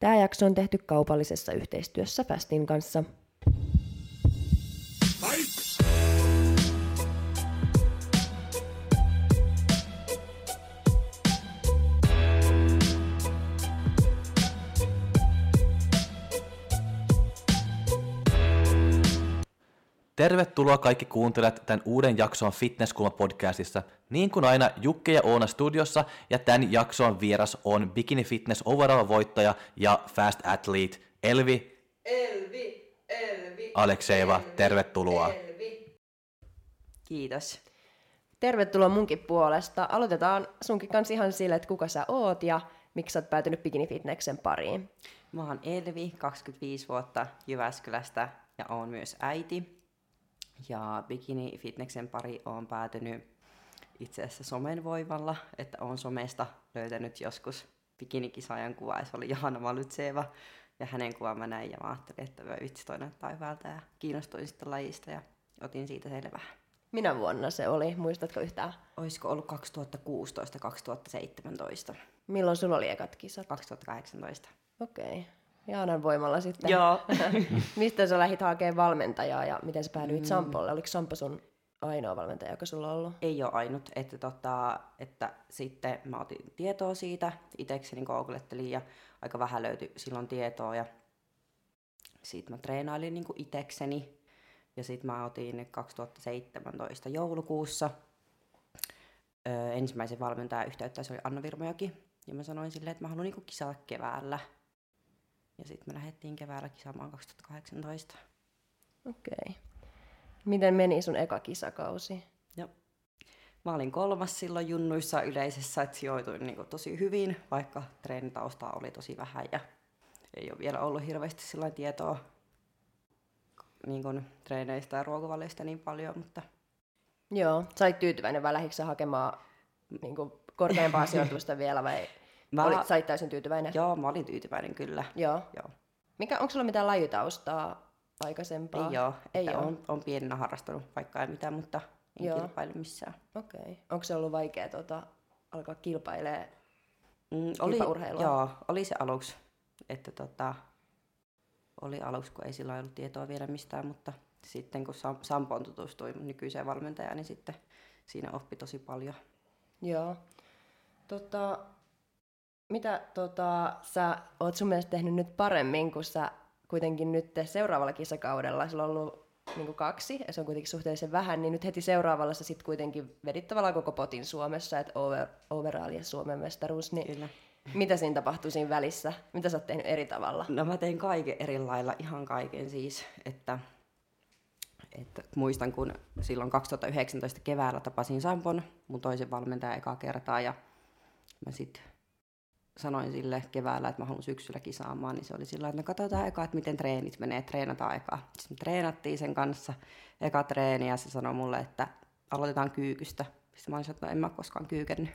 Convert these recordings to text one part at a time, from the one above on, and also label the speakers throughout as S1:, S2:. S1: Tämä jakso on tehty kaupallisessa yhteistyössä Fastin kanssa.
S2: Tervetuloa kaikki kuuntelijat tämän uuden jakson Fitnesskulma podcastissa. Niin kuin aina Jukki ja Oona studiossa ja tämän jakson vieras on Bikini Fitness Overall voittaja ja Fast Athlete Elvi
S3: Elvi, Elvi.
S2: Alekseeva. Tervetuloa.
S3: Elvi.
S1: Kiitos. Tervetuloa munkin puolesta. Aloitetaan sunkin kanssa ihan sillä, että kuka sä oot ja miksi sä oot päätynyt bikinifitneksen pariin.
S4: Mä oon Elvi, 25 vuotta Jyväskylästä ja oon myös äiti. Ja bikini fitneksen pari oon päätynyt itse asiassa somen voimalla, että oon somesta löytänyt joskus bikinikisaajan kuva ja se oli Johanna Malytseva. Ja hänen kuvan mä näin ja mä ajattelin, että voi vitsi toi näyttää hyvältä ja kiinnostuin sitten lajista ja otin siitä selvää.
S1: Minä vuonna se oli, muistatko yhtään?
S4: Olisiko ollut 2016-2017?
S1: Milloin sulla oli ekat kisat?
S4: 2018.
S1: Okei. Okay. Jaanan voimalla sitten.
S4: Joo.
S1: Mistä sä lähdit hakemaan valmentajaa ja miten sä päädyit mm. Sampolle? Oliko Sampo sun ainoa valmentaja, joka sulla on ollut?
S4: Ei ole ainut, että, tota, että sitten mä otin tietoa siitä, itekseni googlettelin ja aika vähän löytyi silloin tietoa ja sitten mä treenailin niin itekseni ja sitten mä otin 2017 joulukuussa ö, ensimmäisen valmentajan yhteyttä, se oli Anna Virmojoki ja mä sanoin silleen, että mä haluan niin kisata keväällä ja sitten me lähdettiin keväällä kisaamaan 2018.
S1: Okei. Okay. Miten meni sun eka kisakausi?
S4: Joo. Mä olin kolmas silloin junnuissa yleisessä, että sijoituin niin tosi hyvin, vaikka treenitaustaa oli tosi vähän ja ei ole vielä ollut hirveästi sillä tietoa niin kuin, treeneistä ja ruokavaliosta niin paljon, mutta
S1: Joo. Sä olit tyytyväinen vai lähdikö sä hakemaan niin kuin, korkeampaa sijoitusta vielä vai
S4: Mä-
S1: mä... olit, sä olit täysin tyytyväinen?
S4: joo, mä olin tyytyväinen kyllä.
S1: Joo.
S4: Joo.
S1: Mikä, onko sulla mitään lajitaustaa aikaisempaa?
S4: Ei joo,
S1: Ei
S4: että
S1: oo.
S4: on, on pienenä harrastanut vaikka ei mitään, mutta en
S1: Joo.
S4: kilpailu missään.
S1: Okei. Okay. Onko se ollut vaikea tota, alkaa kilpailee?
S4: Mm, oli,
S1: Kilpaurheilua.
S4: joo, oli se aluksi, että tota, oli aluksi, kun ei sillä ollut tietoa vielä mistään, mutta sitten kun Sam- Sampoon tutustui nykyiseen valmentajaan, niin sitten siinä oppi tosi paljon.
S1: Joo. Tota, mitä tota, sä oot sun mielestä tehnyt nyt paremmin, kun sä kuitenkin nyt seuraavalla kisakaudella, sulla on ollut niin kaksi, ja se on kuitenkin suhteellisen vähän, niin nyt heti seuraavalla sä sit kuitenkin vedit tavallaan koko potin Suomessa, että over, overall ja Suomen mestaruus, niin
S4: Kyllä.
S1: mitä siinä tapahtuu siinä välissä? Mitä sä oot tehnyt eri tavalla?
S4: No mä tein kaiken eri lailla, ihan kaiken siis, että, että muistan kun silloin 2019 keväällä tapasin Sampon, mun toisen valmentajan ekaa kertaa ja mä sit sanoin sille keväällä, että mä haluan syksyllä kisaamaan, niin se oli sillä lailla, että no katsotaan eka, että miten treenit menee, treenataan ekaa. Sitten me treenattiin sen kanssa eka treeni ja se sanoi mulle, että aloitetaan kyykystä. Sitten mä olin sanonut, että no en mä koskaan kyykännyt.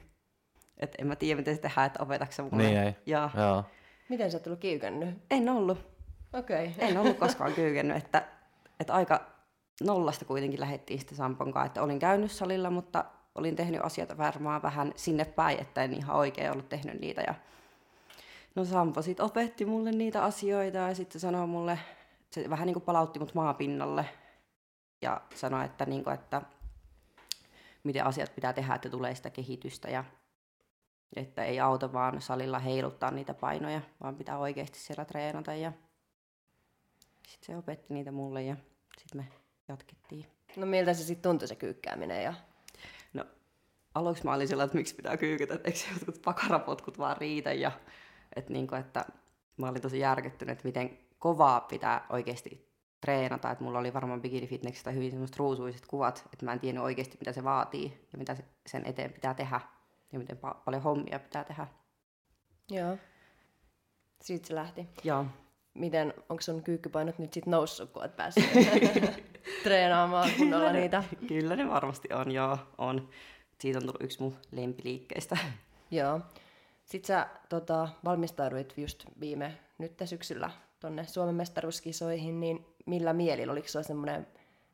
S4: Että en mä tiedä, miten se tehdään, että opetatko sä mulle.
S2: Niin ei.
S4: Ja
S2: Joo.
S1: Miten sä oot tullut kiykännyt?
S4: en ollut.
S1: Okei. Okay.
S4: En ollut koskaan kyykännyt, että, että aika nollasta kuitenkin lähettiin sitten Sampon kanssa, että olin käynyt salilla, mutta olin tehnyt asioita varmaan vähän sinne päin, että en ihan oikein ollut tehnyt niitä. Ja no Sampo sitten opetti mulle niitä asioita ja sitten sanoi mulle, se vähän niin kuin palautti mut maapinnalle ja sanoi, että, niin kuin, että miten asiat pitää tehdä, että tulee sitä kehitystä ja että ei auta vaan salilla heiluttaa niitä painoja, vaan pitää oikeasti siellä treenata ja sitten se opetti niitä mulle ja sitten me jatkettiin.
S1: No miltä se sitten tuntui se kyykkääminen ja
S4: No, aluksi mä olin sillä, että miksi pitää kyykätä, että eikö se jotkut pakarapotkut vaan riitä. Ja, että, niin kuin, että mä olin tosi järkyttynyt, että miten kovaa pitää oikeasti treenata. Että mulla oli varmaan bikini fitnessistä hyvin semmoiset ruusuiset kuvat, että mä en tiennyt oikeasti, mitä se vaatii ja mitä se, sen eteen pitää tehdä ja miten pa- paljon hommia pitää tehdä.
S1: Joo. Siitä se lähti.
S4: Joo.
S1: Miten, onko sun kyykkypainot nyt sit noussut, kun oot päässyt treenaamaan kunnolla
S4: ne-
S1: niitä?
S4: Kyllä ne varmasti on, joo, on. Siitä on tullut yksi mun lempiliikkeistä.
S1: Joo. Sitten sä tota, valmistauduit just viime nyt syksyllä tonne Suomen mestaruuskisoihin, niin millä mielin? Oliko sulla semmoinen,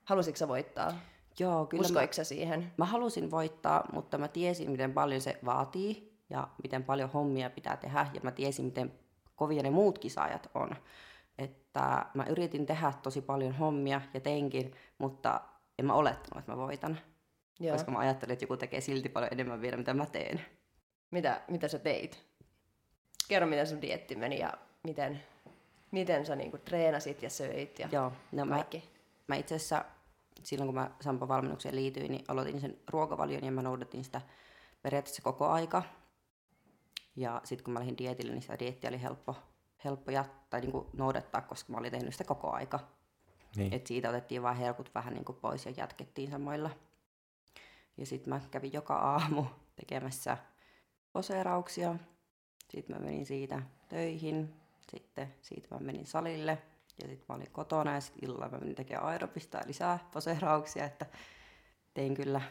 S1: halusitko sä voittaa?
S4: Joo, kyllä mä-
S1: Uskoiko sä siihen?
S4: Mä halusin voittaa, mutta mä tiesin, miten paljon se vaatii ja miten paljon hommia pitää tehdä. Ja mä tiesin, miten kovia ne muut kisaajat on. Että mä yritin tehdä tosi paljon hommia ja teinkin, mutta en mä olettanut, että mä voitan.
S1: Joo.
S4: Koska mä ajattelin, että joku tekee silti paljon enemmän vielä, mitä mä teen.
S1: Mitä, mitä sä teit? Kerro, miten sun dietti meni ja miten, miten sä niinku treenasit ja söit ja
S4: Joo, no mä,
S1: kaikki.
S4: mä itse asiassa silloin kun mä Sampo valmennukseen liityin, niin aloitin sen ruokavalion ja mä noudatin sitä periaatteessa koko aika. Ja sitten kun mä lähdin dietille, niin sitä dieettiä oli helppo, helppo jättää, tai niin kuin noudattaa, koska mä olin tehnyt sitä koko aika.
S2: Niin.
S4: Et siitä otettiin vain herkut vähän niin kuin pois ja jatkettiin samoilla. Ja sitten mä kävin joka aamu tekemässä poseerauksia. Sitten mä menin siitä töihin. Sitten siitä mä menin salille. Ja sitten mä olin kotona ja sitten illalla mä menin tekemään aerobista ja lisää poseerauksia. Että tein kyllä.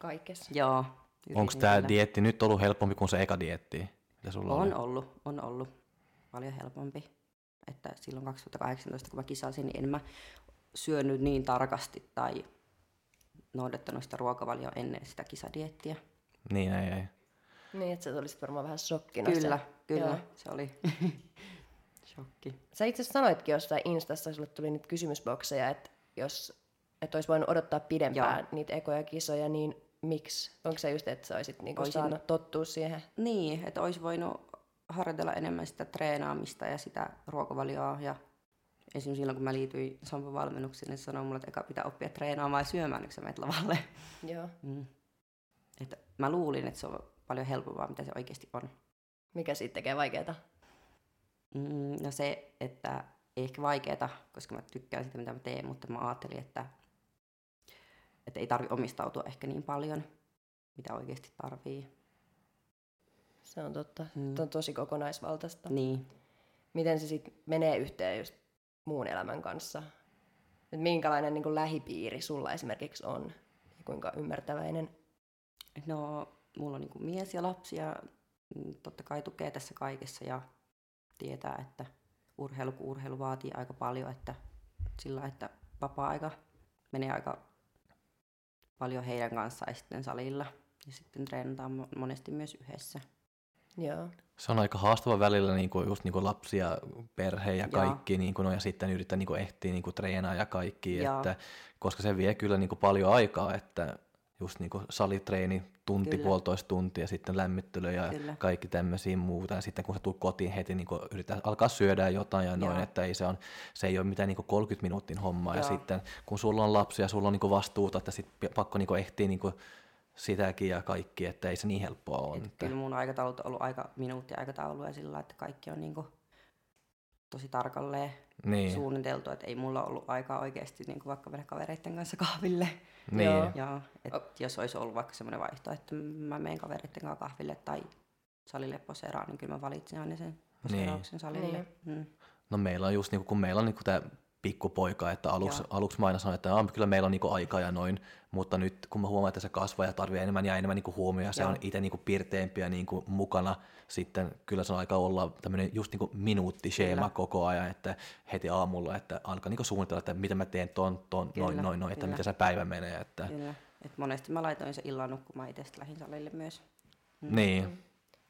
S1: Kaikessa.
S4: Joo.
S2: Onko
S4: yritin
S2: tämä
S4: kyllä.
S2: dieetti nyt ollut helpompi kuin se eka dieetti? Mitä sulla oli?
S4: On ollut, on ollut. Paljon helpompi. Että silloin 2018, kun mä kisasin, niin en mä syönyt niin tarkasti tai noudattanut sitä ruokavalioa ennen sitä kisadiettiä.
S2: Niin, ei, ei.
S1: Niin, että sä tulisit varmaan vähän shokkina.
S4: Kyllä,
S1: sieltä.
S4: kyllä.
S1: Joo.
S4: Se oli shokki.
S1: Sä itse asiassa sanoitkin jossain Instassa, sulle tuli niitä kysymysbokseja, että jos et olisi voinut odottaa pidempään Joo. niitä ekoja kisoja, niin miksi? Onko se just, että sä olisit niinku
S4: Olisin-
S1: saanut tottua siihen?
S4: Niin, että olisi voinut harjoitella enemmän sitä treenaamista ja sitä ruokavalioa. Ja esimerkiksi silloin, kun mä liityin Sampo valmennukseen, niin se sanoi mulle, että eka pitää oppia treenaamaan ja syömään, niin kun sä menet lavalle.
S1: Joo.
S4: Mm. Että mä luulin, että se on paljon helpompaa, mitä se oikeasti on.
S1: Mikä siitä tekee vaikeeta?
S4: Mm, no se, että ei ehkä vaikeeta, koska mä tykkään sitä, mitä mä teen, mutta mä ajattelin, että, että ei tarvi omistautua ehkä niin paljon, mitä oikeasti tarvii.
S1: Se on totta.
S4: Mm.
S1: Se on tosi kokonaisvaltaista.
S4: Niin.
S1: Miten se sitten menee yhteen just muun elämän kanssa? Et minkälainen niin lähipiiri sulla esimerkiksi on? Ja kuinka ymmärtäväinen?
S4: No, mulla on niin kuin mies ja lapsi ja mm, totta kai tukee tässä kaikessa ja tietää, että urheilu kun urheilu vaatii aika paljon, että sillä että vapaa-aika menee aika paljon heidän kanssaan ja sitten salilla. Ja sitten treenataan mo- monesti myös yhdessä.
S1: Joo.
S2: Se on aika haastava välillä niin kuin, just niin kuin lapsi ja perhe ja
S4: Joo.
S2: kaikki, niin kuin, no, ja sitten yrittää niin kuin, ehtiä niin kuin, treenaa ja kaikki,
S4: Joo.
S2: että, koska se vie kyllä niin kuin, paljon aikaa, että just niin kuin, salitreeni tunti,
S4: Kyllä.
S2: puolitoista tuntia, sitten lämmittely ja
S4: Kyllä.
S2: kaikki tämmöisiä muuta, ja sitten kun sä tulet kotiin heti, niin kuin, yrittää alkaa syödä jotain ja noin,
S4: Joo.
S2: että ei se, on, se ei ole mitään niin kuin 30 minuutin hommaa, ja
S4: Joo.
S2: sitten kun sulla on lapsia, sulla on niin kuin, vastuuta, että sit pi- pakko niin kuin, ehtiä niin kuin, sitäkin ja kaikki, että ei se niin helppoa ole.
S4: Et
S2: että-
S4: kyllä mun aikataulut on ollut aika minuuttiaikatauluja sillä lailla, että kaikki on niinku tosi tarkalleen
S2: niin.
S4: niin. suunniteltu, että ei mulla ollut aikaa oikeasti niinku vaikka mennä kavereiden kanssa kahville.
S2: Niin.
S1: Joo.
S4: Ja et oh. jos olisi ollut vaikka semmoinen vaihtoehto, että mä menen kavereiden kanssa kahville tai salille poseeraan, niin kyllä mä valitsin aina sen poseerauksen niin. salille. Niin. Mm.
S2: No meillä on just, niinku, kun meillä on niinku tämä pikkupoika, että aluksi,
S4: Joo.
S2: aluksi mä aina sanoin, että "Aa, kyllä meillä on niinku aikaa ja noin, mutta nyt kun mä huomaan, että se kasvaa ja tarvii enemmän ja enemmän niinku huomioon ja se
S4: Joo.
S2: on itse niinku pirteempi ja niinku mukana, sitten kyllä se on aika olla tämmöinen just niinku minuuttiseema
S4: Kyllä.
S2: koko ajan, että heti aamulla, että alkaa niinku suunnitella, että mitä mä teen ton, ton, noin,
S4: Kyllä,
S2: noin, noin, että
S4: kyllä.
S2: mitä se päivä menee, että
S4: Kyllä. Et monesti mä laitoin sen illan nukkumaan itse sitten lähdin salille myös.
S2: niin.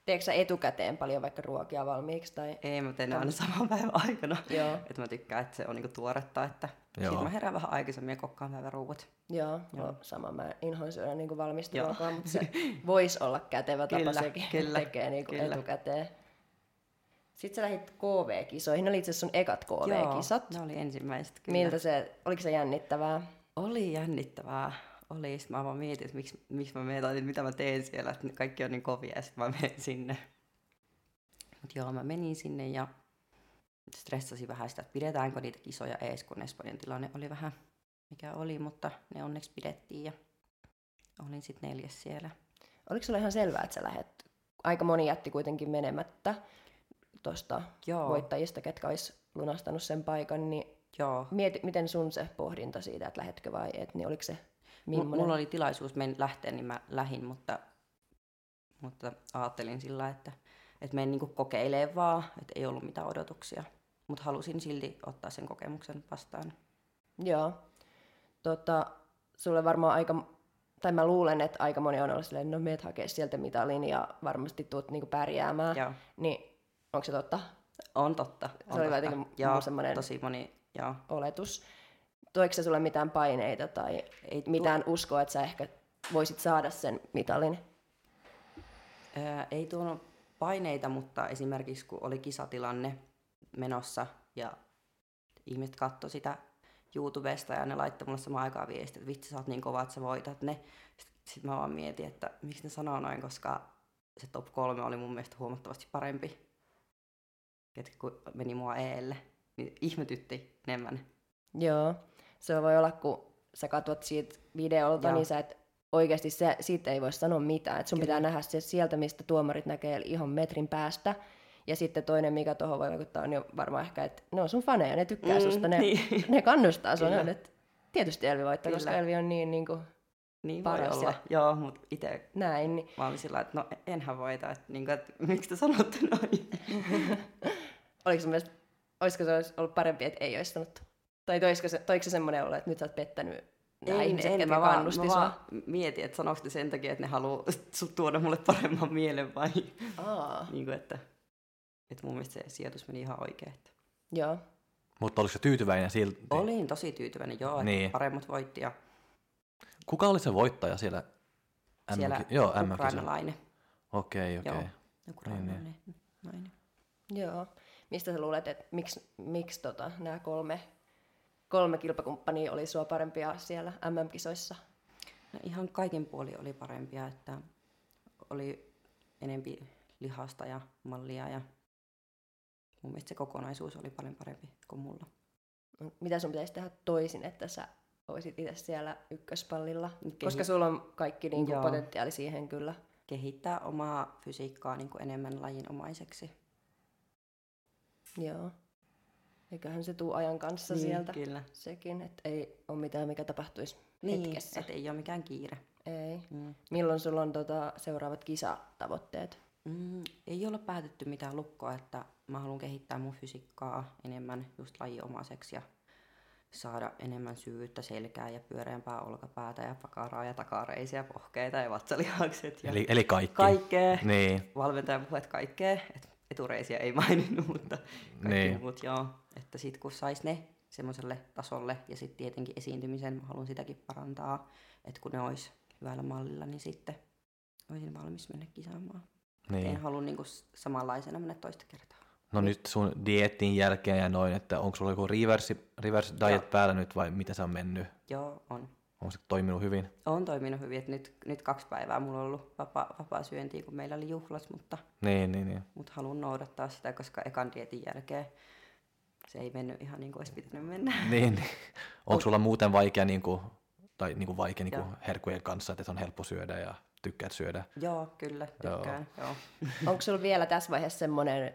S1: Teekö sä etukäteen paljon vaikka ruokia valmiiksi? Tai...
S4: Ei, mä teen ne aina saman päivän aikana.
S1: Joo.
S4: Et mä tykkään, että se on niinku tuoretta, että
S2: Joo.
S4: sit mä herään vähän aikaisemmin ja kokkaan päivän ruuat.
S1: Joo, Joo. sama. Mä inhoin syödä niin valmista
S4: Joo.
S1: ruokaa, mutta se voisi olla kätevä tapa
S4: Kyllä,
S1: sekin, että
S4: kyllä,
S1: tekee niin
S4: kyllä.
S1: etukäteen. Sitten sä lähdit KV-kisoihin. Ne oli itse asiassa sun ekat KV-kisat.
S4: ne oli ensimmäiset no, kyllä.
S1: Miltä se, oliko se jännittävää?
S4: Oli jännittävää. Oli, sit mä vaan mietin, että miksi, miksi mä menen, että mitä mä teen siellä, että ne kaikki on niin kovia ja sitten mä menen sinne. Mut joo, mä menin sinne ja stressasin vähän sitä, että pidetäänkö niitä kisoja ees, kun Espanjan tilanne oli vähän mikä oli, mutta ne onneksi pidettiin ja olin sitten neljäs siellä.
S1: Oliko sulla ihan selvää, että sä lähet? Aika moni jätti kuitenkin menemättä tuosta
S4: Joo,
S1: voittajista, ketkä olisi lunastanut sen paikan, niin
S4: joo.
S1: mieti, miten sun se pohdinta siitä, että lähetkö vai et, niin oliko se
S4: Mul-
S1: millainen?
S4: Mulla oli tilaisuus men lähteä, niin mä lähin, mutta, mutta ajattelin sillä, että, että menen niin kokeilemaan vaan, että ei ollut mitään odotuksia. Mutta halusin silti ottaa sen kokemuksen vastaan.
S1: Joo. Tota, sulle varmaan aika, tai mä luulen, että aika moni on ollut silleen, no meet hakee sieltä mitalin ja varmasti tuut niinku pärjäämään.
S4: Joo.
S1: Niin Onko se totta?
S4: On totta.
S1: Se
S4: On
S1: oli
S4: totta.
S1: jotenkin mun
S4: Joo,
S1: semmonen-
S4: Tosi moni, joo.
S1: Oletus. Toiko se sulle mitään paineita tai
S4: Ei tuo-
S1: mitään uskoa, että sä ehkä voisit saada sen mitalin?
S4: Ää, ei tuonut paineita, mutta esimerkiksi kun oli kisatilanne menossa ja ihmiset katsoi sitä YouTubesta ja ne laittoi mulle samaan aikaan viestiä, että vitsi sä oot niin kova, että sä voitat ne. Sitten sit mä vaan mietin, että miksi ne sanoo noin, koska se top kolme oli mun mielestä huomattavasti parempi, ketkä ku- meni mua eelle. Niin ihmetytti enemmän.
S1: Joo, se voi olla, kun sä katsot siitä videolta,
S4: Joo.
S1: Joo. niin sä et oikeasti se, siitä ei voi sanoa mitään. Et sun
S4: Kyllä.
S1: Kyllä. pitää nähdä se sieltä, mistä tuomarit näkee eli ihan metrin päästä. Ja sitten toinen, mikä tuohon voi vaikuttaa, on jo varmaan ehkä, että ne on sun faneja, ne tykkää mm, susta, ne, niin.
S4: Niin,
S1: ne kannustaa sua. Ne on,
S4: Kyllä.
S1: et, tietysti Elvi voittaa,
S4: Kyllä.
S1: koska Elvi on niin, niin kuin,
S4: niin voi
S1: Paras
S4: olla.
S1: ja-
S4: Joo, mutta itse
S1: näin. Niin,
S4: Mä olin sillä lailla, että no enhän voita, että, niin kuin, että miksi te sanotte noin?
S1: oliko sun mielestä, olisiko se olisi ollut parempi, että ei olisi sanottu? Tai toisiko se, toiko se semmoinen olla, että nyt sä oot pettänyt nämä ihmiset, ketkä
S4: Niin, mä vaan-
S1: kannusti
S4: mä
S1: sua?
S4: vaan mietin, että sanoiko ne sen takia, että ne haluaa su- tuoda mulle paremman mielen vai
S1: Aa,
S4: niin kuin, että, että mun mielestä se sijoitus meni ihan oikein. Että.
S1: joo.
S2: Mutta oliko se tyytyväinen silti?
S4: Olin tosi tyytyväinen, joo, että
S2: Niin.
S4: niin. paremmat voitti ja
S2: Kuka oli se voittaja siellä? MM-ki-
S4: siellä
S2: Joo, mm
S4: ukrainalainen.
S2: Okei, okei.
S4: Joo.
S2: Okay.
S4: Ukrainalainen. nainen.
S1: Joo. Mistä sä luulet, että miksi, miksi tota, nämä kolme, kolme kilpakumppania oli sua parempia siellä MM-kisoissa?
S4: No ihan kaiken puoli oli parempia, että oli enempi lihasta ja mallia ja mun mielestä se kokonaisuus oli paljon parempi kuin mulla.
S1: Mitä sun pitäisi tehdä toisin, että sä olisit itse siellä ykköspallilla?
S4: Kehi-
S1: Koska sulla on kaikki niinku
S4: Joo.
S1: potentiaali siihen kyllä.
S4: kehittää omaa fysiikkaa niin kuin enemmän lajinomaiseksi.
S1: Joo. Eiköhän se tuu ajan kanssa niin, sieltä.
S4: Kyllä.
S1: Sekin, että ei ole mitään, mikä tapahtuisi niin,
S4: Niin,
S1: hetkessä.
S4: et ei ole mikään kiire.
S1: Ei.
S4: Mm.
S1: Milloin sulla on tota, seuraavat kisatavoitteet?
S4: Mm, ei olla päätetty mitään lukkoa, että mä haluan kehittää mun fysiikkaa enemmän just lajiomaiseksi ja saada enemmän syvyyttä selkää ja pyöreämpää olkapäätä ja pakaraa ja takareisiä pohkeita ja vatsalihakset ja
S2: Eli, eli kaikki.
S4: kaikkea.
S2: Niin.
S4: valmentajan puheet kaikkea, et etureisiä ei maininnut, mutta kaikki
S2: Niin.
S4: niin. muut joo. Että sit kun sais ne semmoiselle tasolle ja sitten tietenkin esiintymisen, mä haluan sitäkin parantaa, että kun ne olisi hyvällä mallilla, niin sitten olisin valmis mennä kisaamaan. Niin. En
S2: niin.
S4: halua niinku s- samanlaisena mennä toista kertaa.
S2: No nyt sun dietin jälkeen ja noin, että onko sulla joku reverse, reverse diet
S4: Joo.
S2: päällä nyt vai mitä se on mennyt?
S4: Joo, on.
S2: Onko se toiminut hyvin?
S4: On toiminut hyvin, että nyt, nyt kaksi päivää mulla on ollut vapaa, vapaa syöntiä, kun meillä oli juhlat, mutta
S2: Niin, niin, niin.
S4: mutta haluan noudattaa sitä, koska ekan dietin jälkeen se ei mennyt ihan niin kuin olisi pitänyt mennä.
S2: niin. niin. Onko sulla muuten vaikea, niin kuin, tai niin kuin vaikea niin kuin
S4: Joo.
S2: herkkujen kanssa, että se on helppo syödä ja tykkäät syödä?
S4: Joo, kyllä,
S2: Joo.
S4: tykkään. Joo. Joo.
S1: Onko sulla vielä tässä vaiheessa semmoinen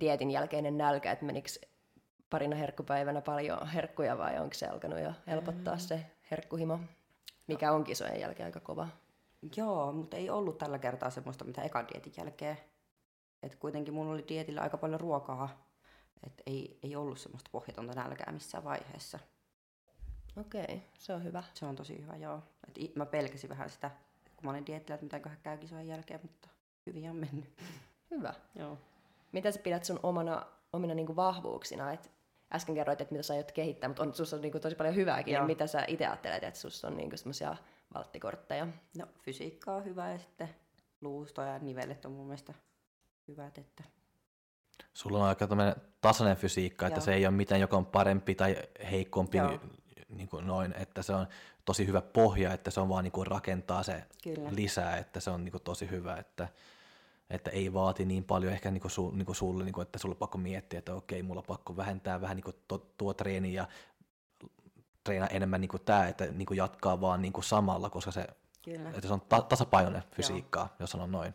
S1: dietin jälkeinen nälkä, että menikö parina herkkupäivänä paljon herkkuja vai onko se alkanut jo helpottaa se herkkuhimo, mikä on kisojen jälkeen aika kova?
S4: Joo, mutta ei ollut tällä kertaa semmoista, mitä ekan dietin jälkeen. Et kuitenkin mulla oli dietillä aika paljon ruokaa, et ei, ei ollut semmoista pohjatonta nälkää missään vaiheessa.
S1: Okei, okay, se on hyvä.
S4: Se on tosi hyvä, joo. Et i- mä pelkäsin vähän sitä, kun mä olin dietillä, että mitäköhän käy kisojen jälkeen, mutta hyvin on mennyt.
S1: Hyvä.
S4: Joo.
S1: Mitä sä pidät sun omana, omina niinku vahvuuksina? Et äsken kerroit, että mitä sä aiot kehittää, mutta on, sussa on niinku tosi paljon hyvääkin.
S4: Joo.
S1: Niin mitä sä itse ajattelet, että sussa on niinku semmoisia valttikortteja?
S4: No, fysiikka on hyvä ja sitten luusto ja nivelet on mun mielestä hyvät, että
S2: Sulla on aika tämmöinen tasainen fysiikka, että
S4: Joo.
S2: se ei ole mitään, joka on parempi tai heikompi,
S4: Joo.
S2: niin kuin noin, että se on tosi hyvä pohja, että se on vaan niin kuin rakentaa se
S4: Kyllä.
S2: lisää, että se on niin kuin tosi hyvä, että, että ei vaati niin paljon ehkä niin kuin su, niin kuin sulle, niin kuin, että sulla on pakko miettiä, että okei, mulla on pakko vähentää vähän niin kuin to, tuo treeni ja treenaa enemmän niin kuin tämä, että niin kuin jatkaa vaan niin kuin samalla, koska se,
S4: kyllä.
S2: että se on ta, tasapainoinen fysiikkaa, jos sanon noin.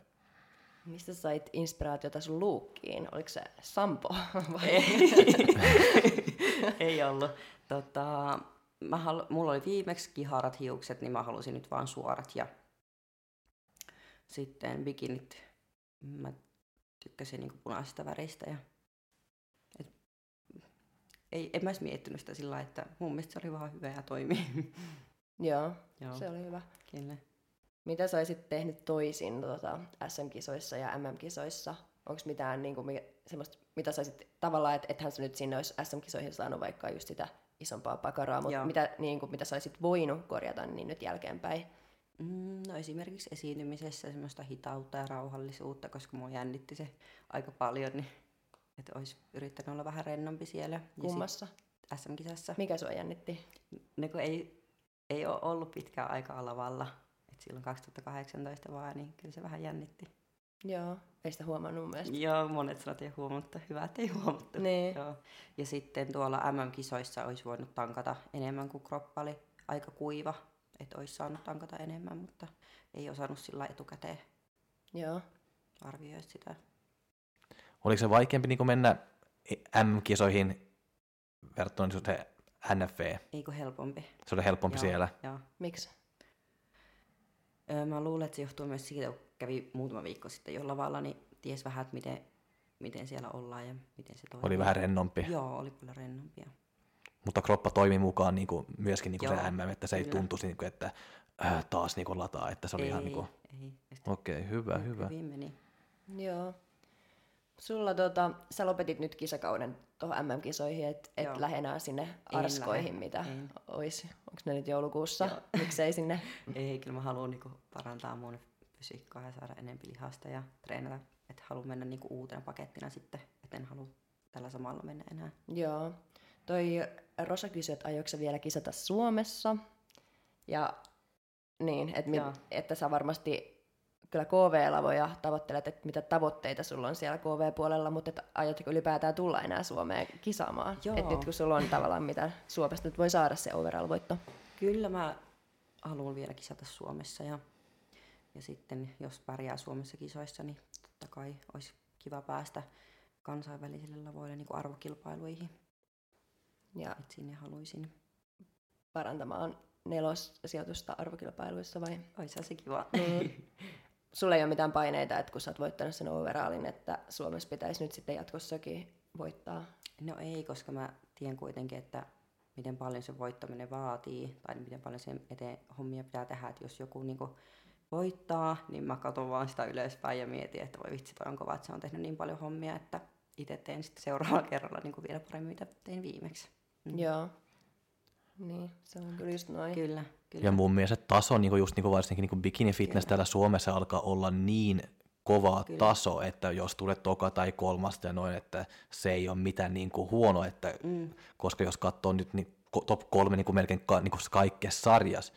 S1: Mistä sä sait inspiraatiota sun luukkiin? Oliko se Sampo? Vai?
S4: ei ollut. Tota, mä halu, mulla oli viimeksi kiharat hiukset, niin mä halusin nyt vaan suorat ja sitten bikinit. Mä tykkäsin niinku punaisesta väristä ja et, ei, en mä edes miettinyt sitä sillä lailla, että mun mielestä se oli vaan hyvä ja toimii.
S1: Joo,
S4: Joo,
S1: se oli hyvä.
S4: kyllä.
S1: Mitä sä olisit tehnyt toisin tota, SM-kisoissa ja MM-kisoissa? onko mitään niin kuin, semmoista, mitä saisit tavallaan, että ethän sä nyt sinne olisi SM-kisoihin saanut vaikka just sitä isompaa pakaraa, mutta
S4: Joo.
S1: mitä, niin kuin, mitä saisit voinut korjata, niin nyt jälkeenpäin.
S4: Mm, no esimerkiksi esiintymisessä semmoista hitautta ja rauhallisuutta, koska mua jännitti se aika paljon, niin että olisi yrittänyt olla vähän rennompi siellä. Ja sit
S1: Kummassa?
S4: SM-kisassa.
S1: Mikä sua jännitti?
S4: Ne Niin kun ei, ei ole ollut pitkään aikaa lavalla, et silloin 2018 vaan, niin kyllä se vähän jännitti.
S1: Joo, ei sitä huomannut mun mielestä.
S4: Joo, monet sanat ei huomattu, hyvä, että ei huomattu.
S1: Niin.
S4: Joo. Ja sitten tuolla MM-kisoissa olisi voinut tankata enemmän, kuin kroppa oli aika kuiva, että olisi saanut tankata enemmän, mutta ei osannut sillä lailla etukäteen
S1: Joo.
S4: arvioida sitä.
S2: Oliko se vaikeampi niin mennä M-kisoihin verrattuna niin se NFV?
S4: Ei kun helpompi.
S2: Se oli helpompi
S4: Joo.
S2: siellä.
S4: Joo.
S1: Miksi?
S4: Öö, Mä luulen, että se johtuu myös siitä, kun kävi muutama viikko sitten jo lavalla, niin ties vähän, että miten, miten siellä ollaan ja miten se toimii.
S2: Oli vähän rennompi,
S4: Joo, oli paljon rennompia.
S2: mutta kroppa toimi mukaan niin kuin, myöskin niin kuin se
S4: Joo,
S2: MM, että se ei
S4: kyllä.
S2: tuntuisi, niin kuin, että äh, taas niin kuin lataa, että se oli
S4: ei,
S2: ihan niin kuin,
S4: ei. Ja sitten
S2: okei, okay, hyvä, hyvä.
S4: Hyvin meni.
S1: Joo. Sulla tota, sä lopetit nyt kisakauden tuohon MM-kisoihin, et, et
S4: Joo.
S1: lähde enää sinne arskoihin,
S4: lähde,
S1: mitä
S4: en.
S1: olisi. Onko ne nyt joulukuussa? Miksei sinne?
S4: Ei, kyllä mä haluan niinku parantaa mun fysiikkaa ja saada enempi lihasta ja treenata. Että haluan mennä niinku uutena pakettina sitten, että en halua tällä samalla mennä enää.
S1: Joo. Toi Rosa kysyi, että aiotko sä vielä kisata Suomessa? Ja niin, et mi-
S4: Joo.
S1: että sä varmasti kyllä KV-lavoja tavoittelet, että mitä tavoitteita sulla on siellä KV-puolella, mutta et aiotko ylipäätään tulla enää Suomeen kisaamaan?
S4: Joo.
S1: Et nyt kun sulla on tavallaan mitä Suomesta nyt voi saada se overall-voitto.
S4: Kyllä mä haluan vielä kisata Suomessa ja, ja sitten jos pärjää Suomessa kisoissa, niin totta kai olisi kiva päästä kansainvälisille lavoille niin arvokilpailuihin,
S1: Ja
S4: että sinne haluaisin.
S1: parantamaan nelossijoitusta arvokilpailuissa vai?
S4: Oishan se kiva.
S1: Sulla ei ole mitään paineita, että kun sä oot voittanut sen overallin, että Suomessa pitäisi nyt sitten jatkossakin voittaa.
S4: No ei, koska mä tiedän kuitenkin, että miten paljon se voittaminen vaatii tai miten paljon sen eteen hommia pitää tehdä. Että jos joku niinku voittaa, niin mä katson vaan sitä ylöspäin ja mietin, että voi vitsi, toi on kova, että se on tehnyt niin paljon hommia, että itse teen sitten seuraavalla kerralla niinku vielä paremmin, mitä tein viimeksi. Mm.
S1: Joo. Niin, se on kyllä just noin.
S4: Kyllä, kyllä.
S2: Ja mun mielestä taso, niin kuin just niin kuin varsinkin niin kuin bikini fitness täällä Suomessa alkaa olla niin kova
S4: Kyllä.
S2: taso, että jos tulet toka tai kolmasta ja noin, että se ei ole mitään niin kuin huono, että, mm. koska jos katsoo nyt niin ko- top kolme niin kuin melkein ka, niin kuin kaikkessa sarjas,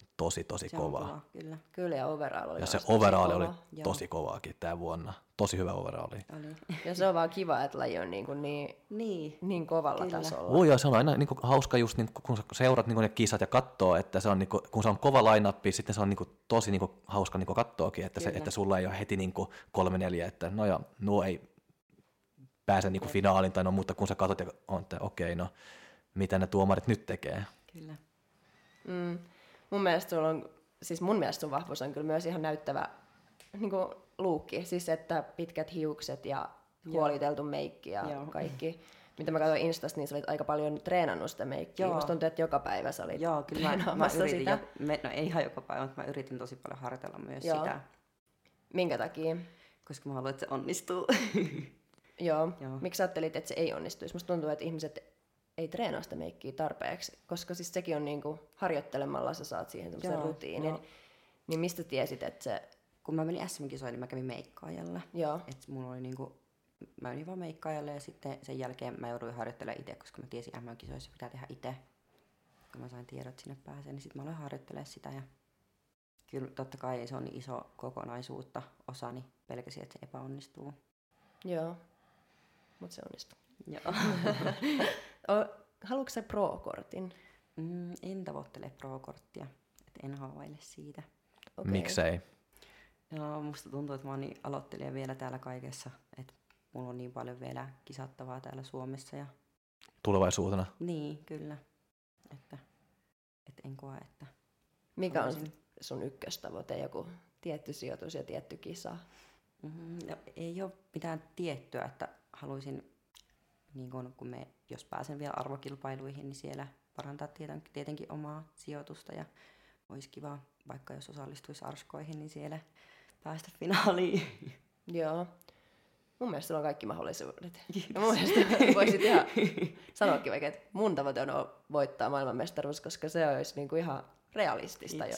S2: on tosi tosi
S4: se
S2: kovaa.
S4: on kova, kyllä.
S1: Kyllä, ja overall oli
S2: Ja se
S1: tosi
S2: overall
S1: kova.
S2: oli
S4: joo.
S2: tosi kovaakin tänä vuonna. Tosi hyvä overalli.
S4: Oli.
S1: Ja se on vaan kiva, että laji on niin, kuin niin,
S4: niin,
S1: niin kovalla
S4: Kyllä.
S1: tasolla.
S2: Voi joo, se on aina niin kuin, hauska just niin kuin, kun sä seurat niin kuin, ne kisat ja katsoo, että se on, niin kuin, kun se on kova lainappi, sitten se on niin kuin, tosi niin kuin, hauska niin kuin, katsoakin, että, se,
S4: Kyllä.
S2: että sulla ei ole heti niin kuin, kolme neljä, että no ja nuo ei pääse niin kuin, finaaliin tai no, mutta kun sä katsot ja on, että okei, no mitä ne tuomarit nyt tekee.
S4: kyllä.
S1: Mm. Mun mielestä sulla on, siis mun mielestä sun vahvuus on kyllä myös ihan näyttävä niin kuin luukki. Siis että pitkät hiukset ja huoliteltu meikki ja
S4: Joo.
S1: kaikki. Mitä mä katsoin Instasta, niin sä olit aika paljon treenannut sitä meikkiä.
S4: Joo.
S1: Musta tuntuu, että joka päivä sä olit
S4: Joo, kyllä mä, mä
S1: treenaamassa
S4: yritin,
S1: sitä.
S4: jo, me, no ei ihan joka päivä, mutta mä yritin tosi paljon harjoitella myös
S1: Joo.
S4: Joo. sitä,
S1: Minkä takia?
S4: koska mä haluan, että se onnistuu.
S1: Joo.
S4: Joo.
S1: Miksi sä ajattelit, että se ei onnistuisi? Musta tuntuu, että ihmiset ei treenaa sitä meikkiä tarpeeksi, koska siis sekin on niinku harjoittelemalla sä saat siihen semmoisen
S4: Joo,
S1: rutiinin.
S4: joo.
S1: Niin mistä tiesit, että se...
S4: kun mä menin SM-kisoihin, niin mä kävin meikkaajalla.
S1: Joo.
S4: Et mulla oli niinku, mä menin vaan meikkaajalle ja sitten sen jälkeen mä jouduin harjoittelemaan itse, koska mä tiesin MM-kisoissa pitää tehdä itse. Kun mä sain tiedot sinne pääseen, niin sitten mä aloin harjoittelemaan sitä ja kyllä totta kai se on niin iso kokonaisuutta osa, niin pelkäsin, että se epäonnistuu.
S1: Joo. Mut se onnistuu.
S4: Joo.
S1: O, haluatko sä pro-kortin?
S4: mm, en tavoittele pro-korttia, et en haaveile siitä.
S1: Okei.
S2: Okay. Miksei?
S4: No, musta tuntuu, että mä oon niin aloittelija vielä täällä kaikessa, että mulla on niin paljon vielä kisattavaa täällä Suomessa ja
S2: Tulevaisuutena.
S4: Niin, kyllä. Että, että en koe, että...
S1: Mikä on
S4: haluaisin-
S1: sun ykköstavoite? Joku tietty sijoitus ja tietty kisa?
S4: Mhm, No, ei ole mitään tiettyä, että haluaisin, niin kun, kun me, jos pääsen vielä arvokilpailuihin, niin siellä parantaa tieten- tietenkin omaa sijoitusta ja olisi kiva, vaikka jos osallistuisi arskoihin, niin siellä päästä finaaliin.
S1: Joo. Mun mielestä sulla on kaikki mahdollisuudet. Ja mun mielestä voisit ihan sanoakin vaikka, että mun tavoite on o- voittaa maailmanmestaruus, koska se olisi niinku ihan realistista jo,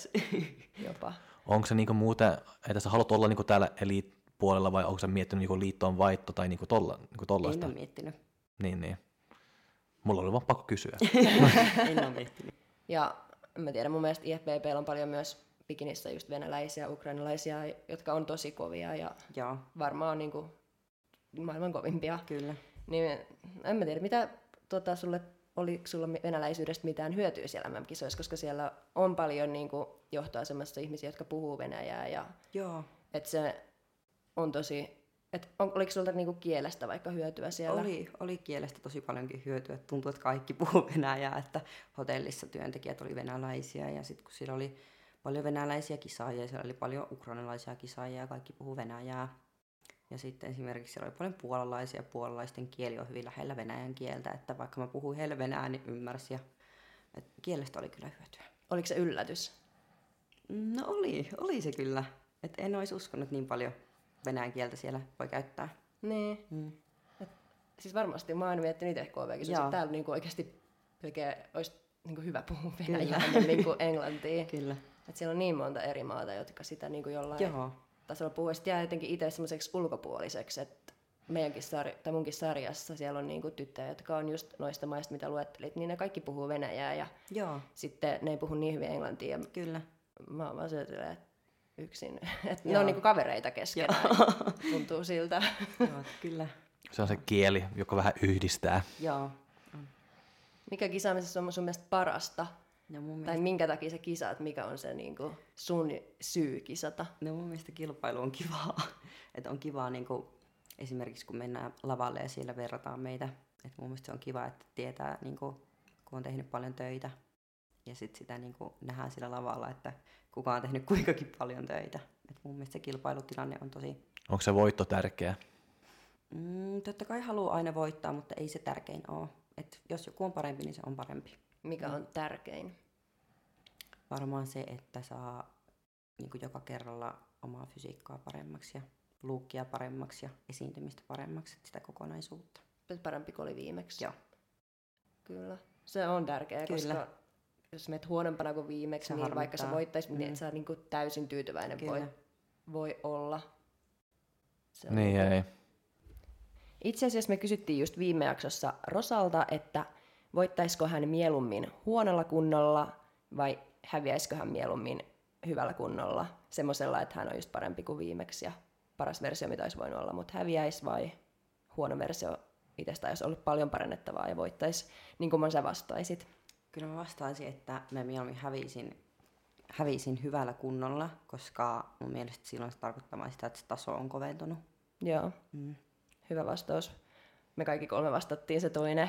S1: jopa.
S2: Onko se niinku muuten, että sä haluat olla niinku täällä eliitpuolella vai onko sä miettinyt niinku liittoon vaihto tai niinku, tolla, niinku
S4: en
S1: no
S2: tollaista?
S4: ole miettinyt.
S2: Niin, niin. Mulla oli vaan pakko kysyä.
S4: en ole miettinyt.
S1: Ja en mä tiedä, mun mielestä IFBB on paljon myös bikinissä just venäläisiä, ukrainalaisia, jotka on tosi kovia ja
S4: Joo,
S1: varmaan niinku maailman kovimpia.
S4: kyllä.
S1: Niin en mä tiedä, mitä tota, sulle, oli sulla mi- venäläisyydestä mitään hyötyä siellä MM-kisoissa, koska siellä on paljon niin kuin, johtoasemassa ihmisiä, jotka puhuu venäjää ja
S4: Joo,
S1: että se on tosi, että on, oliko sulta niin kuin, kielestä vaikka hyötyä siellä?
S4: Oli, oli kielestä tosi paljonkin hyötyä. että Tuntui, että kaikki puhuu venäjää, että hotellissa työntekijät oli venäläisiä ja sitten kun siellä oli paljon venäläisiä kisaajia, siellä oli paljon ukrainalaisia kisaajia ja kaikki puhuu venäjää. Ja sitten esimerkiksi siellä oli paljon puolalaisia, puolalaisten kieli on hyvin lähellä venäjän kieltä, että vaikka mä puhuin heille venäjää, niin ymmärsi ja et kielestä oli kyllä hyötyä.
S1: Oliko se yllätys?
S4: No oli, oli se kyllä. Et en olisi uskonut niin paljon venäjän kieltä siellä voi käyttää.
S1: Niin.
S4: Mm.
S1: Siis varmasti mä oon miettinyt itse kv että
S4: Joo.
S1: täällä niin kuin, oikeasti pelkeä olisi niin kuin, hyvä puhua
S4: Kyllä.
S1: venäjää ennen niin kuin, englantia.
S4: Kyllä.
S1: Että siellä on niin monta eri maata, jotka sitä niin kuin, jollain
S4: Joo.
S1: tasolla puhuu. Ja sit jää jotenkin itse semmoiseksi ulkopuoliseksi, että meidänkin sar- tai munkin sarjassa siellä on niinku tyttöjä, jotka on just noista maista, mitä luettelit, niin ne kaikki puhuu venäjää ja
S4: Joo,
S1: sitten ne ei puhu niin hyvin englantia. Ja
S4: kyllä.
S1: mä oon vaan se, että yksin. Et ne
S4: Joo.
S1: on niinku kavereita keskenään. Tuntuu siltä.
S4: Joo, kyllä.
S2: Se on se kieli, joka vähän yhdistää.
S4: Joo.
S1: Mikä kisaamisessa on sun mielestä parasta?
S4: No mun,
S1: Tai
S4: mielestä,
S1: minkä takia sä kisaat? Mikä on se niinku sun syy kisata?
S4: no mun mielestä kilpailu on kivaa. että on kivaa niinku, esimerkiksi kun mennään lavalle ja siellä verrataan meitä. Et mun mielestä se on kiva, että tietää, niinku, kun on tehnyt paljon töitä. Ja sitten sitä niinku, nähdään sillä lavalla, että kuka on tehnyt kuinkakin paljon töitä. Et mun mielestä se kilpailutilanne on tosi...
S2: Onko se voitto tärkeä?
S4: Mm, totta kai haluaa aina voittaa, mutta ei se tärkein ole. Et jos joku on parempi, niin se on parempi.
S1: Mikä on tärkein?
S4: varmaan se, että saa niin kuin joka kerralla omaa fysiikkaa paremmaksi ja luukkia paremmaksi ja esiintymistä paremmaksi, että sitä kokonaisuutta.
S1: parempi kuin oli viimeksi.
S4: Joo.
S1: Kyllä. Se on tärkeää,
S4: Kyllä.
S1: koska jos menet huonompana kuin viimeksi,
S4: Se
S1: niin vaikka sä
S4: harmittaa.
S1: voittaisit, niin
S4: Mm.
S1: et sä niinku täysin tyytyväinen
S4: Kyllä.
S1: voi, voi olla. Se on
S2: Niin
S1: niinku-
S2: ei.
S1: Itse asiassa me kysyttiin just viime jaksossa Rosalta, että voittaisiko hän mieluummin huonolla kunnolla vai häviäisikö hän mieluummin hyvällä kunnolla. Semmoisella, että hän on just parempi kuin viimeksi ja paras versio, mitä olisi voinut olla, mutta häviäisi vai huono versio itsestään, jos ollut paljon parannettavaa ja voittaisi, niin kuin sä vastaisit.
S4: Kyllä mä vastaisin, että mä mieluummin hävisin, hävisin hyvällä kunnolla, koska mun mielestä silloin se tarkoittaa vain sitä, että se taso on koventunut.
S1: Joo,
S4: Mm.
S1: hyvä vastaus. Me kaikki kolme vastattiin se toinen.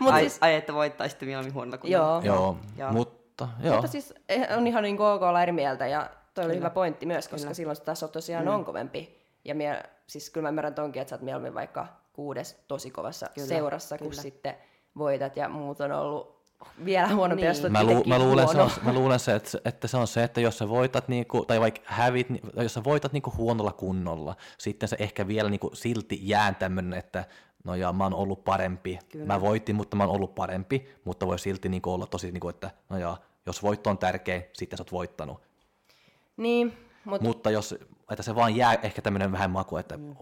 S1: Mut
S4: ai,
S1: siis-
S4: ai, että voittaisitte mieluummin huonolla kunnolla.
S1: Joo.
S2: Joo,
S4: Joo.
S2: mutta joo.
S1: Mutta siis eh, on ihan niin ok olla eri mieltä ja toi oli
S4: Kyllä.
S1: hyvä pointti myös, koska
S4: Kyllä. Mm.
S1: silloin se taso tosiaan on kovempi. Ja mie, siis kyllä mä ymmärrän tonkin, että sä oot mieluummin vaikka kuudes tosi kovassa
S4: Kyllä,
S1: seurassa, kun
S4: kyllä.
S1: sitten voitat ja muut on ollut vielä huonompi,
S4: Niin.
S1: jos sä oot
S2: Mä, lu,
S1: itekin
S2: mä, luulen, se
S1: huono.
S2: on, mä luulen se, että, se- että se on se, että jos sä voitat niinku, tai vaikka hävit, ni- tai jos sä voitat niinku huonolla kunnolla, sitten se ehkä vielä niinku silti jää tämmönen, että no ja mä oon ollut parempi. Kyllä.
S4: Kyllä.
S2: Mä voitin, mutta mä oon ollut parempi, mutta voi silti niinku olla tosi, niinku, että no ja jos voitto on tärkeä, sitten sä oot voittanut.
S1: Niin, mutta Mut.
S2: Mutta jos, että se vaan jää ehkä tämmöinen vähän maku, että mm.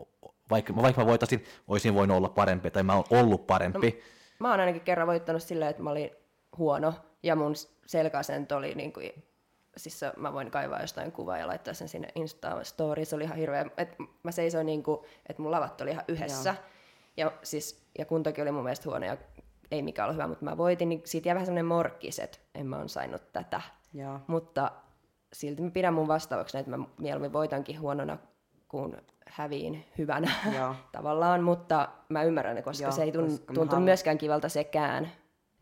S2: vaikka, vaikka mä voitasin, olisin voinut olla parempi, tai mä oon ollut parempi. No.
S1: mä oon ainakin kerran voittanut silleen, että mä olin huono ja mun s- selkäasento oli niin kuin, siis se- mä voin kaivaa jostain kuvaa ja laittaa sen sinne Insta-storiin, se oli ihan hirveä, että mä seisoin niin kuin, että mun lavat oli ihan yhdessä. Joo. Ja, siis, ja kuntokin oli mun mielestä huono ja ei mikään ollut hyvä, mutta mä voitin, niin siitä jäi vähän semmoinen morkkis, että en mä ansainnut tätä.
S4: Joo.
S1: Mutta silti mä pidän mun vastauksena, että mä mieluummin voitankin huonona kuin häviin hyvänä
S4: Joo.
S1: tavallaan, mutta mä ymmärrän, koska
S4: Joo,
S1: se ei tun,
S4: koska mä
S1: tuntu
S4: haluan- No.
S1: myöskään kivalta sekään.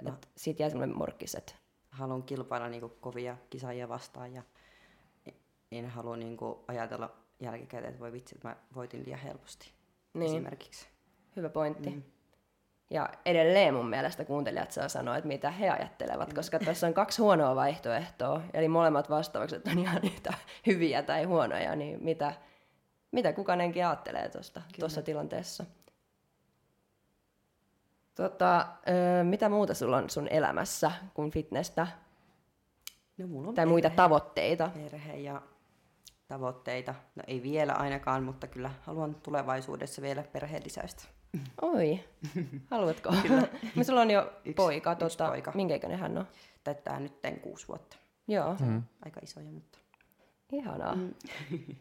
S4: Mä-
S1: Et siitä jää semmoinen morkkiset.
S4: haluan kilpailla niinku kovia kisaajia vastaan ja en halua niinku ajatella jälkikäteen, että voi vitsi, että mä voitin liian helposti
S1: Niin.
S4: niin. esimerkiksi.
S1: Hyvä pointti. Mm. Ja edelleen mun mielestä kuuntelijat saa sanoa, että mitä he
S4: Mm.
S1: ajattelevat, koska tässä on kaksi huonoa vaihtoehtoa, eli molemmat vastaukset on ihan niitä hyviä tai huonoja, niin mitä mitä kukainenkin ajattelee tuosta tuossa tilanteessa. Tota, ö, mitä muuta sulla on sun elämässä kuin fitnessä
S4: No, mulla on
S1: tai muita tavoitteita?
S4: perhe ja tavoitteita. No ei vielä ainakaan, mutta kyllä haluan tulevaisuudessa vielä perheen lisäystä.
S1: Oi, haluatko? Kyllä. sulla on jo
S4: Yksi-
S1: poika,
S4: yksi
S1: tota,
S4: poika.
S1: minkä ikäinen hän on?
S4: Täyttää nyt teen kuusi vuotta.
S1: Joo,
S2: Mm.
S4: Aika isoja, mutta
S1: ihanaa.
S4: Mm.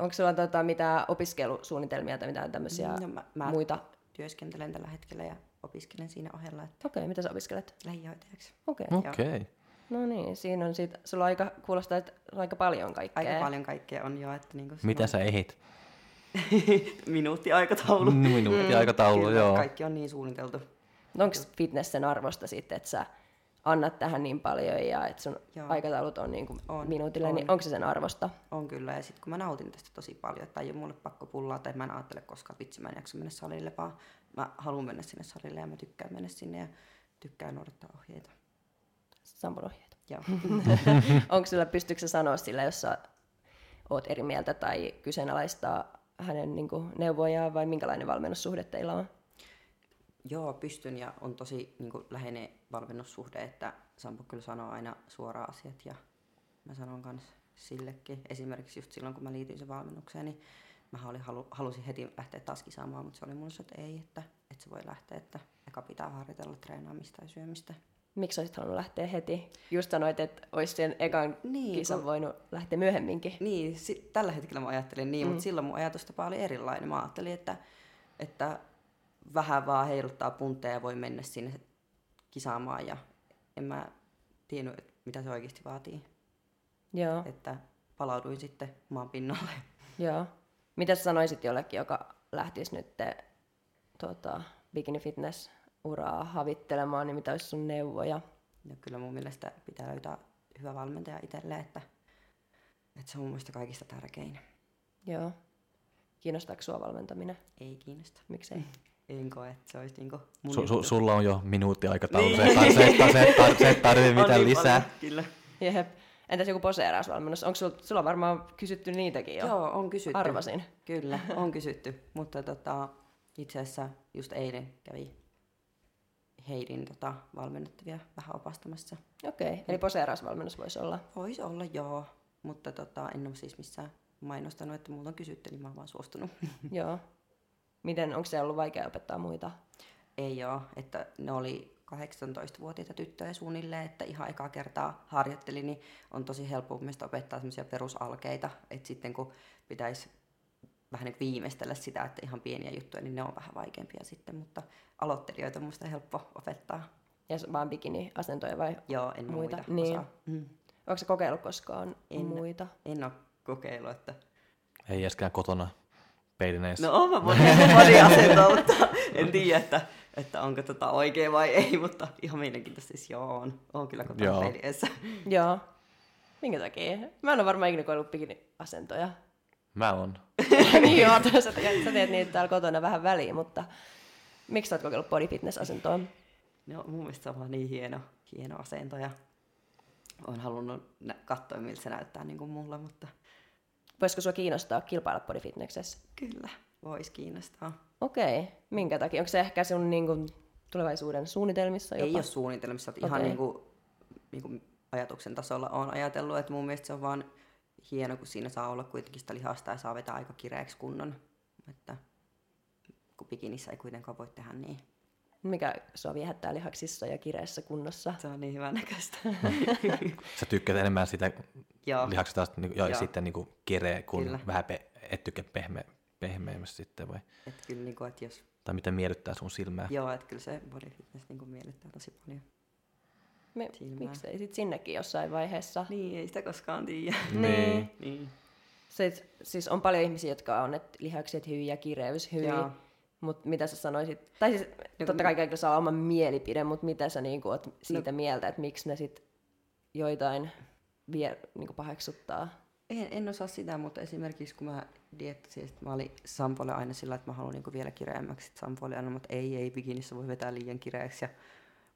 S1: Onko sulla tota, mitään opiskelusuunnitelmia tai mitään tämmöisiä
S4: No mä- mä-
S1: muita?
S4: työskentelen tällä hetkellä ja opiskelen siinä ohella että
S1: Okei, okay, mitä sä opiskelet?
S4: lähihoitajaksi.
S1: Okei. Okay.
S2: Okei. Okay.
S1: No niin, siinä on siitä, sulla on aika, kuulostaa, että sulla on aika paljon kaikkea.
S4: Aika paljon kaikkea on jo, että niin
S2: Miten sä ehit? Mm,
S4: minuutti aikataulu.
S2: Minuutti aikataulu,
S4: Kyllä,
S2: joo.
S4: Kaikki on niin suunniteltu.
S1: Onko fitness sen arvosta sitten, että sä annat tähän niin paljon ja että sun
S4: Joo.
S1: aikataulut on, niin kuin
S4: On,
S1: minuutilla,
S4: on.
S1: niin onko se sen arvosta?
S4: On kyllä, ja sitten kun mä nautin tästä tosi paljon, että ei ole mulle pakko pullaa, tai mä en ajattele koskaan, että vitsi mä en jaksa mennä salille, vaan mä haluan mennä sinne salille, ja mä tykkään mennä sinne, ja tykkään noudattaa ohjeita.
S1: Sampun ohjeita.
S4: Joo.
S1: onko sillä, pystyykö sä sanoa sillä, jos sä oot eri mieltä tai kyseenalaistaa hänen niin kuin, neuvojaan vai minkälainen valmennussuhde teillä on?
S4: Joo, pystyn, ja on tosi niin kuin, läheinen valmennussuhde, että Sampo kyllä sanoo aina suoraan asiat, ja mä sanon kans sillekin. Esimerkiksi just silloin, kun mä liityin sen valmennukseen, niin mä olin, halu, halusin heti lähteä taas kisaamaan, mutta se oli mulle se, että ei, että, että se voi lähteä, että eka pitää harjoitella treenaamista ja syömistä.
S1: Miksi olisit halunnut lähteä heti? Just sanoit, että olisi sen ekan
S4: Niin,
S1: niin, kisan
S4: kun-
S1: voinut lähteä myöhemminkin.
S4: Niin, si- tällä hetkellä mä ajattelin niin, mm. mutta silloin mun ajatustapa oli erilainen. Mä ajattelin, että, että vähän vaan heiluttaa puntteja ja voi mennä sinne kisaamaan ja en mä tiennyt, et mitä se oikeasti vaatii.
S1: Joo,
S4: Että palauduin sitten maan pinnalle.
S1: joo. Mitä sä sanoisit jollekin, joka lähtisi nyt te, tota, bikini fitness uraa havittelemaan, niin mitä olisi sun neuvoja?
S4: Ja kyllä mun mielestä pitää löytää hyvä valmentaja itselle, että, että se on mun mielestä kaikista tärkein.
S1: Joo. Kiinnostaako sua valmentaminen?
S4: Ei kiinnosta.
S1: Miksei?
S4: En koe, että se olisi niinku mun
S2: Su- su-
S4: juttu.
S2: sulla on jo minuutti aikataulu. Niin. Se, ei tar- se, ei tar- se, ei tar- se ei tarvitse
S4: On
S2: mitään
S4: niin
S2: lisää.
S4: paljon, Kyllä.
S1: Jep. Entäs joku poseerausvalmennus? Onko sulla, sulla on varmaan kysytty niitäkin jo?
S4: Joo, on kysytty.
S1: Arvasin.
S4: Kyllä, on kysytty. Mutta tota, itse asiassa just eilen kävi Heidin tota, valmennettavia vähän opastamassa.
S1: Okei, okay. eli poseerausvalmennus voisi olla.
S4: Voisi olla joo, mutta tota, en ole siis missään mainostanut, että multa on kysytty, niin mä oon vaan suostunut.
S1: Joo. Miten, onko se ollut vaikea opettaa muita?
S4: Ei oo, että ne oli 18-vuotiaita tyttöjä suunnilleen, että ihan ekaa kertaa harjoitteli, niin on tosi helppo mun mielestä opettaa semmoisia perusalkeita, että sitten kun pitäisi vähän niin viimeistellä sitä, että ihan pieniä juttuja, niin ne on vähän vaikeampia sitten, mutta aloittelijoita on musta helppo opettaa.
S1: Ja s- vaan bikini-asentoja vai
S4: Joo, en mä
S1: Muita,
S4: muita,
S1: niin.
S4: osaa. Mm.
S1: onko se kokeillut koskaan en.
S4: En.
S1: muita?
S4: En ole kokeillut, että...
S2: Ei eskään kotona peilin ees.
S4: No on mä moni, moni asentoa, mutta en tiedä, että, että onko tota oikein vai ei, mutta ihan mielenkiintoista siis joo on. Oon kyllä
S2: Joo.
S4: kotona peliessä.
S1: Joo. Minkä takia? Mä en ole varmaan ikinä kokeillut bikini-asentoja.
S2: Mä on.
S1: niin joo, sä, sä teet niitä täällä kotona vähän väliin, mutta miksi sä oot kokeillut body fitness-asentoa?
S4: No mun mielestä se on vaan niin hieno, hieno asento ja olen halunnut nä- katsoa, miltä se näyttää niin kuin mulla, mutta
S1: Voisiko sua kiinnostaa kilpailla body fitnessessä?
S4: kyllä, voisi kiinnostaa.
S1: Okei, minkä takia? Onko se ehkä sun niin kuin, tulevaisuuden suunnitelmissa jopa?
S4: Ei ole suunnitelmissa, että ihan
S1: Okei.
S4: niin kuin, niin kuin ajatuksen tasolla on ajatellut, että mun mielestä se on vaan hieno, kun siinä saa olla kuitenkin sitä lihasta ja saa vetää aika kireäksi kunnon, että kun bikinissä ei kuitenkaan voi tehdä niin.
S1: Mikä sua viehättää lihaksissa ja kireessä kunnossa?
S4: Se on niin hyvän näköistä.
S2: Sä tykkäät enemmän sitä
S4: Joo,
S2: lihaksesta taas, niinku- ja, ja
S4: Joo.
S2: sitten niinku kireä, kun
S4: Kyllä.
S2: vähän pe- et tykkää pehme- pehmeämmästä sitten vai?
S4: että kyllä niin kuin, että jos,
S2: Tai mitä miellyttää sun silmää?
S4: joo, että kyllä se body fitness niin kuin miellyttää tosi paljon.
S1: Me,
S4: Silmää.
S1: miksei sit sinnekin jossain vaiheessa?
S4: Niin, ei sitä koskaan tiedä.
S2: Niin.
S4: niin.
S1: Se, siis on paljon ihmisiä, jotka on, että lihakset hyviä ja kireys hyviä.
S4: Joo.
S1: Mutta mitä sä sanoisit? Tai siis no, totta kai kaikilla saa oma mielipide, mutta mitä sä niinku oot siitä no, mieltä, että miksi ne sit joitain vie, niinku paheksuttaa?
S4: En, en osaa sitä, mutta esimerkiksi kun mä diettasin, että mä olin Sampolle aina sillä, että mä haluan niinku vielä kireämmäksi. Sitten Sampo oli aina, mutta ei, ei, bikinissä voi vetää liian kireäksi. Ja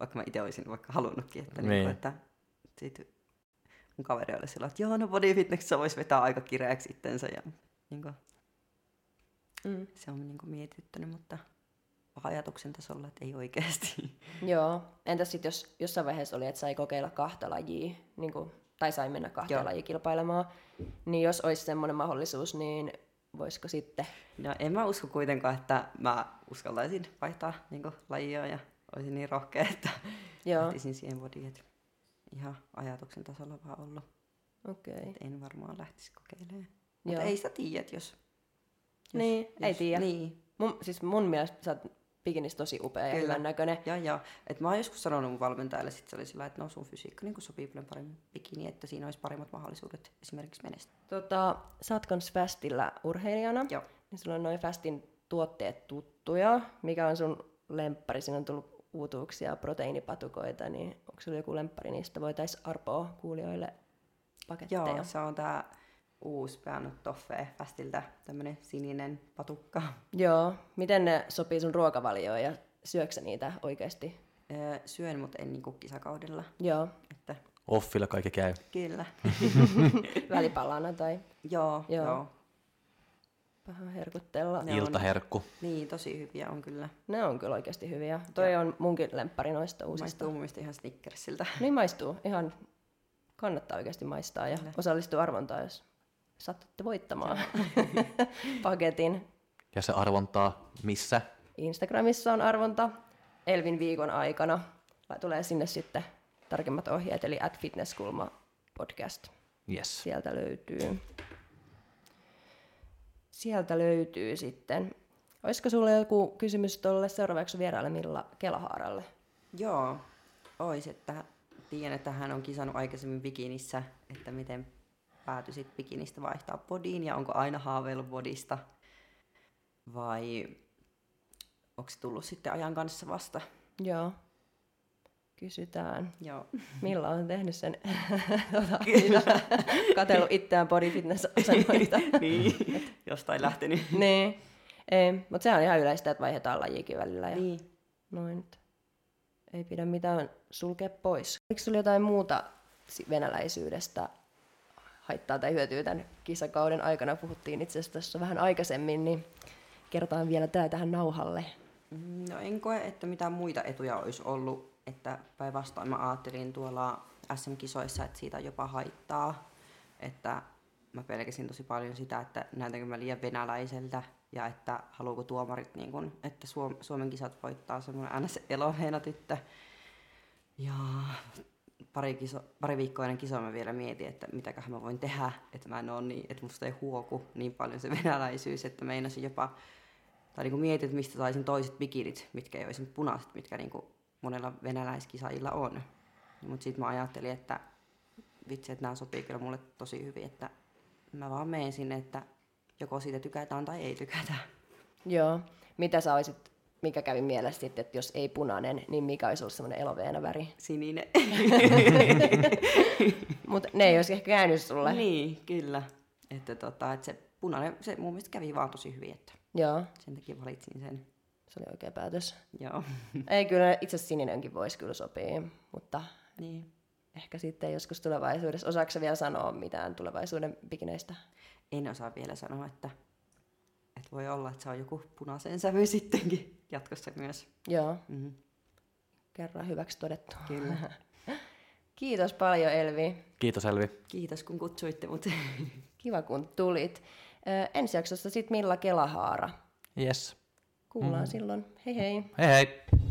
S4: vaikka mä itse olisin vaikka halunnutkin, että, niin.
S2: Niin.
S4: Niinku, että sit mun kaveri oli sillä, että joo, no body fitnessissä voisi vetää aika kireäksi itsensä. Ja, niinku,
S1: Mm.
S4: Se on niin kuin mietityttänyt, mutta vaan ajatuksen tasolla, että ei oikeasti.
S1: Joo. Entäs sitten jos jossain vaiheessa oli, että sai kokeilla kahta lajia, niin kuin, tai sai mennä kahta Joo.
S4: Joo.
S1: lajia kilpailemaan, niin jos olisi semmoinen mahdollisuus, niin voisiko sitten?
S4: No en mä usko kuitenkaan, että mä uskaltaisin vaihtaa niin kuin, lajia ja olisin niin rohkea, että
S1: Joo,
S4: lähtisin siihen bodiin. että Ihan ajatuksen tasolla vaan ollut.
S1: okei. Okay.
S4: Et en varmaan lähtisi kokeilemaan.
S1: Joo.
S4: Mutta ei sitä tiedä, että jos...
S1: Niin, ei tiedä.
S4: Niin,
S1: Mun, siis mun mielestä sä oot bikinissä tosi upea ja
S4: Kyllä.
S1: hyvän näköinen.
S4: ja, ja. Et mä oon joskus sanonut mun valmentajalle, sit se oli sillä, että no sun fysiikka niin sopii paljon paremmin bikini, että siinä olisi paremmat mahdollisuudet esimerkiksi menestyä.
S1: Tota, sä oot kans Fastillä urheilijana.
S4: Joo.
S1: Niin sulla on noin Fastin tuotteet tuttuja. Mikä on sun lemppari? Siinä on tullut uutuuksia, proteiinipatukoita, niin onko sulla joku lemppari? Niistä voitaisiin arpoa kuulijoille paketteja.
S4: Joo, se on tää uusi Peanut Toffee Fastilta, tämmönen sininen patukka.
S1: Joo. Miten ne sopii sun ruokavalioon ja syöksä niitä oikeasti?
S4: Öö, syön, mutta en niinku kisakaudella.
S1: Joo.
S4: Että
S2: Offilla kaikki käy.
S4: kyllä.
S1: Välipalana tai
S4: joo,
S1: Joo.
S4: joo, joo.
S1: vähän herkutella.
S4: Ne on-
S2: Iltaherkku.
S4: Niin, tosi hyviä on kyllä.
S1: Ne on kyllä oikeasti hyviä. Toi on munkin lemppari noista uusista.
S4: Maistuu mun mielestä ihan Snickersiltä.
S1: Niin maistuu. Ihan kannattaa oikeasti maistaa ja
S4: Kyllä.
S1: osallistua arvontaan, jos satutte voittamaan paketin.
S2: Ja se arvontaa missä?
S1: Instagramissa on arvonta Elvin viikon aikana. Tulee sinne sitten tarkemmat ohjeet, eli at fitnesskulma podcast.
S2: Yes.
S1: Sieltä löytyy. Sieltä löytyy sitten. Olisiko sulla joku kysymys tuolle seuraavaksi vierailemilla Kelahaaralle?
S4: Joo, ois, että tiedän, että hän on kisannut aikaisemmin bikinissä, että miten päätyisit bikinistä vaihtaa bodiin ja onko aina haaveillut bodista vai onko se tullut sitten ajan kanssa vasta?
S1: Joo. Kysytään.
S4: Joo.
S1: Milla on tehnyt sen, tota, siinä, katsellut itseään body fitness asennoita.
S4: niin, jostain lähtenyt.
S1: niin. Ei, mutta sehän on ihan yleistä, että vaihdetaan lajiakin välillä. Ja
S4: niin.
S1: Noin. et Ei pidä mitään sulkea pois. Oliko sulla jotain muuta si- venäläisyydestä haittaa tai hyötyä tämän kisakauden aikana? Puhuttiin itse asiassa tässä vähän aikaisemmin, niin kertaan vielä tää tähän nauhalle.
S4: Mm, No en koe, että mitään muita etuja olisi ollut, että päinvastoin mä ajattelin tuolla SM-kisoissa, että siitä on jopa haittaa, että mä pelkäsin tosi paljon sitä, että näytänkö mä liian venäläiseltä ja että haluuko tuomarit, niin kun, että Suom- Suomen kisat voittaa semmoinen ns. eloheena tyttö. Ja pari, kiso, pari viikkoa ennen kisoa mä vielä mietin, että mitäköhän mä voin tehdä, että mä en ole niin, että musta ei huoku niin paljon se venäläisyys, että meinasin jopa tai niin mietit, että mistä saisin toiset bikinit, mitkä ei olisi nyt punaiset, mitkä niin monella venäläiskisaajilla on. Mutta sitten mä ajattelin, että vitsi, että nämä sopii kyllä mulle tosi hyvin, että mä vaan menen sinne, että joko siitä tykätään tai ei tykätä.
S1: Joo. Mitä sä olisit, mikä kävi mielessä sitten, että jos ei punainen, niin mikä olisi ollut semmoinen eloveena väri?
S4: Sininen.
S1: Mutta ne ei olisi ehkä käynyt sulle. Niin.
S4: niin, kyllä. Että, tota, että se punainen, se mun mielestä kävi vaan tosi hyvin, että
S1: Joo,
S4: sen takia valitsin sen.
S1: se oli oikea päätös.
S4: Joo.
S1: Ei kyllä, itse asiassa sininenkin voisi kyllä sopii, mutta
S4: niin.
S1: ehkä sitten joskus tulevaisuudessa. Osaako sä vielä sanoa mitään tulevaisuuden bikineistä?
S4: En osaa vielä sanoa, että, että voi olla, että se on joku punaisen sävy sittenkin jatkossa myös.
S1: Joo,
S4: Mm,
S1: kerran hyväksi todettu.
S4: kyllä.
S1: Kiitos paljon Elvi.
S2: Kiitos Elvi.
S4: Kiitos kun kutsuitte mut.
S1: Kiva kun tulit. Ö, ensi jaksossa sitten Milla Kelahaara.
S2: Yes.
S1: Kuullaan silloin. Hei hei.
S2: Hei hei.